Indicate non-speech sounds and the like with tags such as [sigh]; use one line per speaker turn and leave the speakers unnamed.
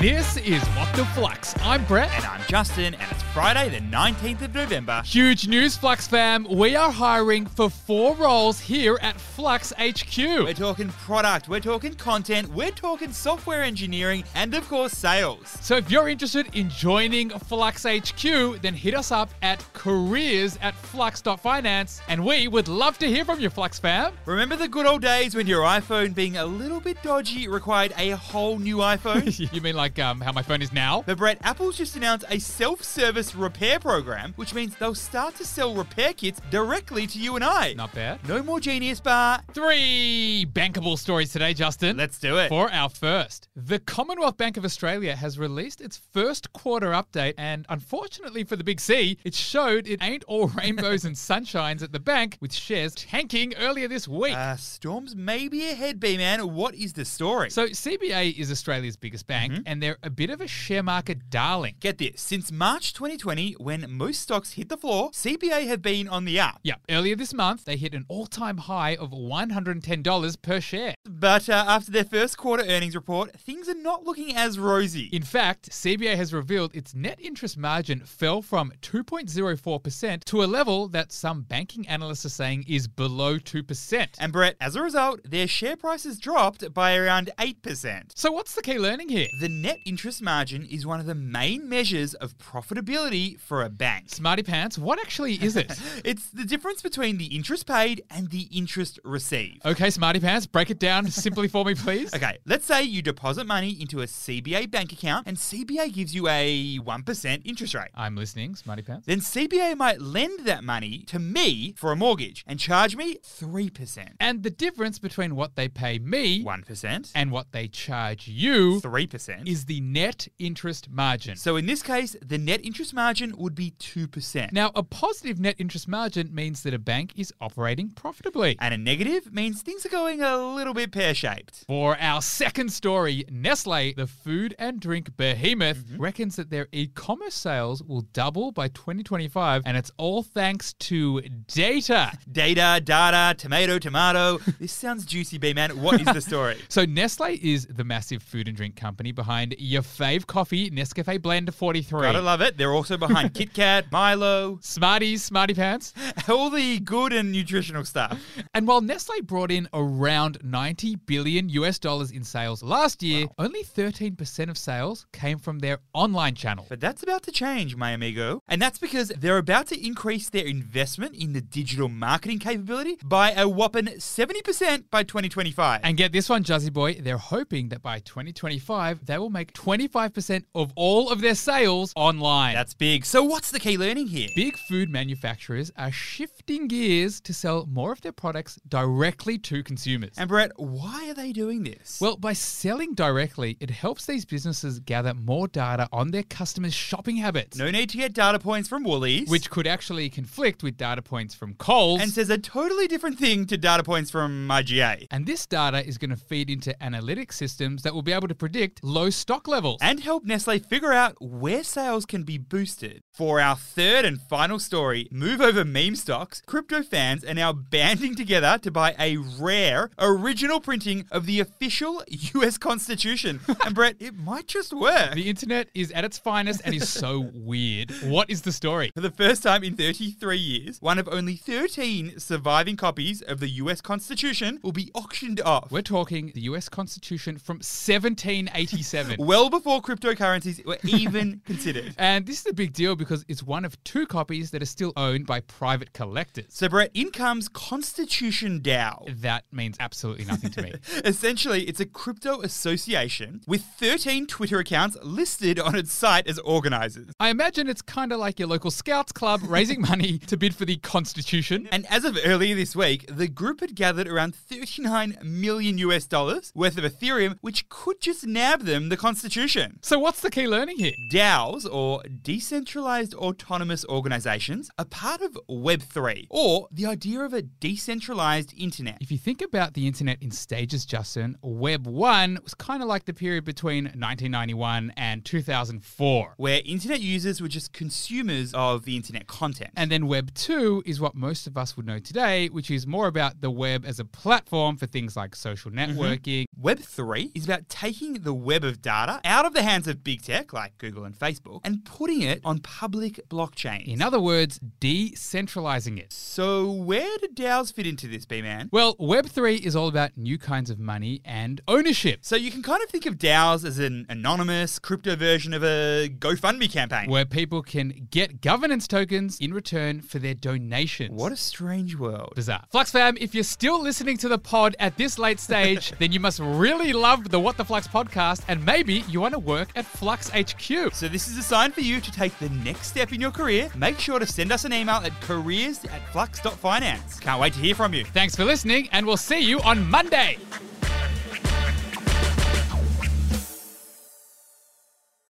This is What the Flux. I'm Brett.
And I'm Justin, and it's Friday, the 19th of November.
Huge news, Flux fam. We are hiring for four roles here at Flux
We're
HQ.
talking product, we're talking content, we're talking software engineering, and of course, sales.
So if you're interested in joining Flux HQ, then hit us up at careers at flux.finance and we would love to hear from you, Flux fam.
Remember the good old days when your iPhone being a little bit dodgy required a whole new iPhone?
[laughs] you mean like um, how my phone is now?
But Brett, Apple's just announced a self service repair program, which means they'll start to sell repair kits directly to you and I.
Not bad.
No more Genius Bar.
Three bankable stories today, Justin.
Let's do it.
For our first, the Commonwealth Bank of Australia has released its first quarter update, and unfortunately for the big C, it showed it ain't all [laughs] rainbows and sunshines at the bank, with shares tanking earlier this week.
Uh, storms may be ahead, B man. What is the story?
so, CBA is Australia's biggest bank, and they're a bit of a share market darling.
Get this, since March 2020, when most stocks hit the floor, CBA have been on the up.
Yeah, earlier this month, they hit an all time high of $110 per share.
But uh, after their first quarter earnings report, things are not looking as rosy.
In fact, CBA has revealed its net interest margin fell from 2.04% to a level that some banking analysts are saying is below 2%.
And Brett, as a result, their share prices dropped by around 8%.
So, what's the key learning here?
The net interest margin is one of the main measures of profitability for a bank.
Smarty Pants, what actually is it?
It's the difference between the interest paid and the interest received.
okay, Smarty Pants, break it down simply for me, please.
Okay, let's say you deposit money into a CBA bank account and CBA gives you a 1% interest rate.
I'm listening, Smarty Pants.
then CBA might lend that money to me for a mortgage and charge me 3%,
And the difference between what they pay me
1%,
and what they charge you
3%.
is the net interest margin.
so in this case, the net interest margin would be 2%.
Now, a positive net interest margin means that a bank is operating profitably.
and a negative means things are going a little bit pear shaped.
For our second story, Nestle, the food and drink behemoth,
Mm-hmm.
reckons that their e commerce sales will double by 2025, and it's all thanks to
[laughs]
data.
Data, data,
[laughs]
tomato, tomato. this sounds juicy, B man. What is the story?
So, Nestle is the massive food and drink company behind your fave coffee, Nescafe Blend 43.
Gotta love it. They're also behind Kit Kat, Milo,
Smarties, Smarty Pants.
all the good and nutritional stuff.
And while Nestle brought in around 90 billion US dollars in sales last year, only 13% of sales came from their online channel.
But that's about to change, my amigo. And that's because they're about to increase their investment in the digital marketing capability by a whopping 70% by 2025.
And get this one, Juzzy Boy. They're hoping that by 2025, they will make 25% of all of their sales online.
that's big. So, what's the key learning here?
Big food manufacturers are shifting gears to sell more of their products directly to consumers.
And, Brett, why are they doing this?
well, by selling directly, it helps these businesses gather more data on their customers' shopping habits,
no need to get data points from Woolies,
which could actually conflict with data points from Coles.
and says a totally different thing to data points from IGA.
and this data is going to feed into analytic systems that will be able to predict low stock levels.
And help Nestle figure out where sales can be boosted. For our third and final story, move over meme stocks, crypto fans are now banding together to buy a rare original printing of the official US Constitution. and Brett, it might just work.
The internet is at its finest and is so weird. What is the story?
For the first time in 33 years, one of only 13 surviving copies of the US Constitution will be auctioned off.
We're talking the US Constitution from 1787.
Well before cryptocurrencies were even considered.
And this is a big deal because it's one of two copies that are still owned by private collectors.
So, Brett, in comes Constitution Dow.
That means absolutely nothing to me.
Essentially, it's a crypto association with 13 Twitter accounts listed on its site as organizers.
I imagine it's kind of like your local scouts club raising money to bid for the Constitution.
And as of earlier this week, the group had gathered around 39 million US dollars worth of Ethereum, which could just nab them the Constitution.
So, what's the key learning here?
DAOs, or decentralized decentralized autonomous organizations are part of Web3, or the idea of a decentralized internet.
If you think about the internet in stages, Justin, Web 1 was kind of like the period between 1991 and 2004.
Where internet users were just consumers of the internet content.
And then Web 2 is what most of us would know today, which is more about the web as a platform for things like social networking.
Web3 is about taking the web of data out of the hands of big tech like Google and Facebook and putting it on public blockchains.
In other words, decentralizing it.
so, where do DAOs fit into this, B Man?
Well, Web3 is all about new kinds of money and ownership.
So, you can kind of think of DAOs as an anonymous crypto version of a GoFundMe campaign.
Where people can get governance tokens in return for their donations.
What a strange world.
bizarre. Flux fam, if you're still listening to the pod at this late stage, then you must really love the What the Flux podcast, and maybe you want to work at Flux HQ.
So this is a sign for you to take the next step in your career. Make sure to send us an email at careers at flux.finance. Can't wait to hear from you.
Thanks for listening, and we'll see you on Monday.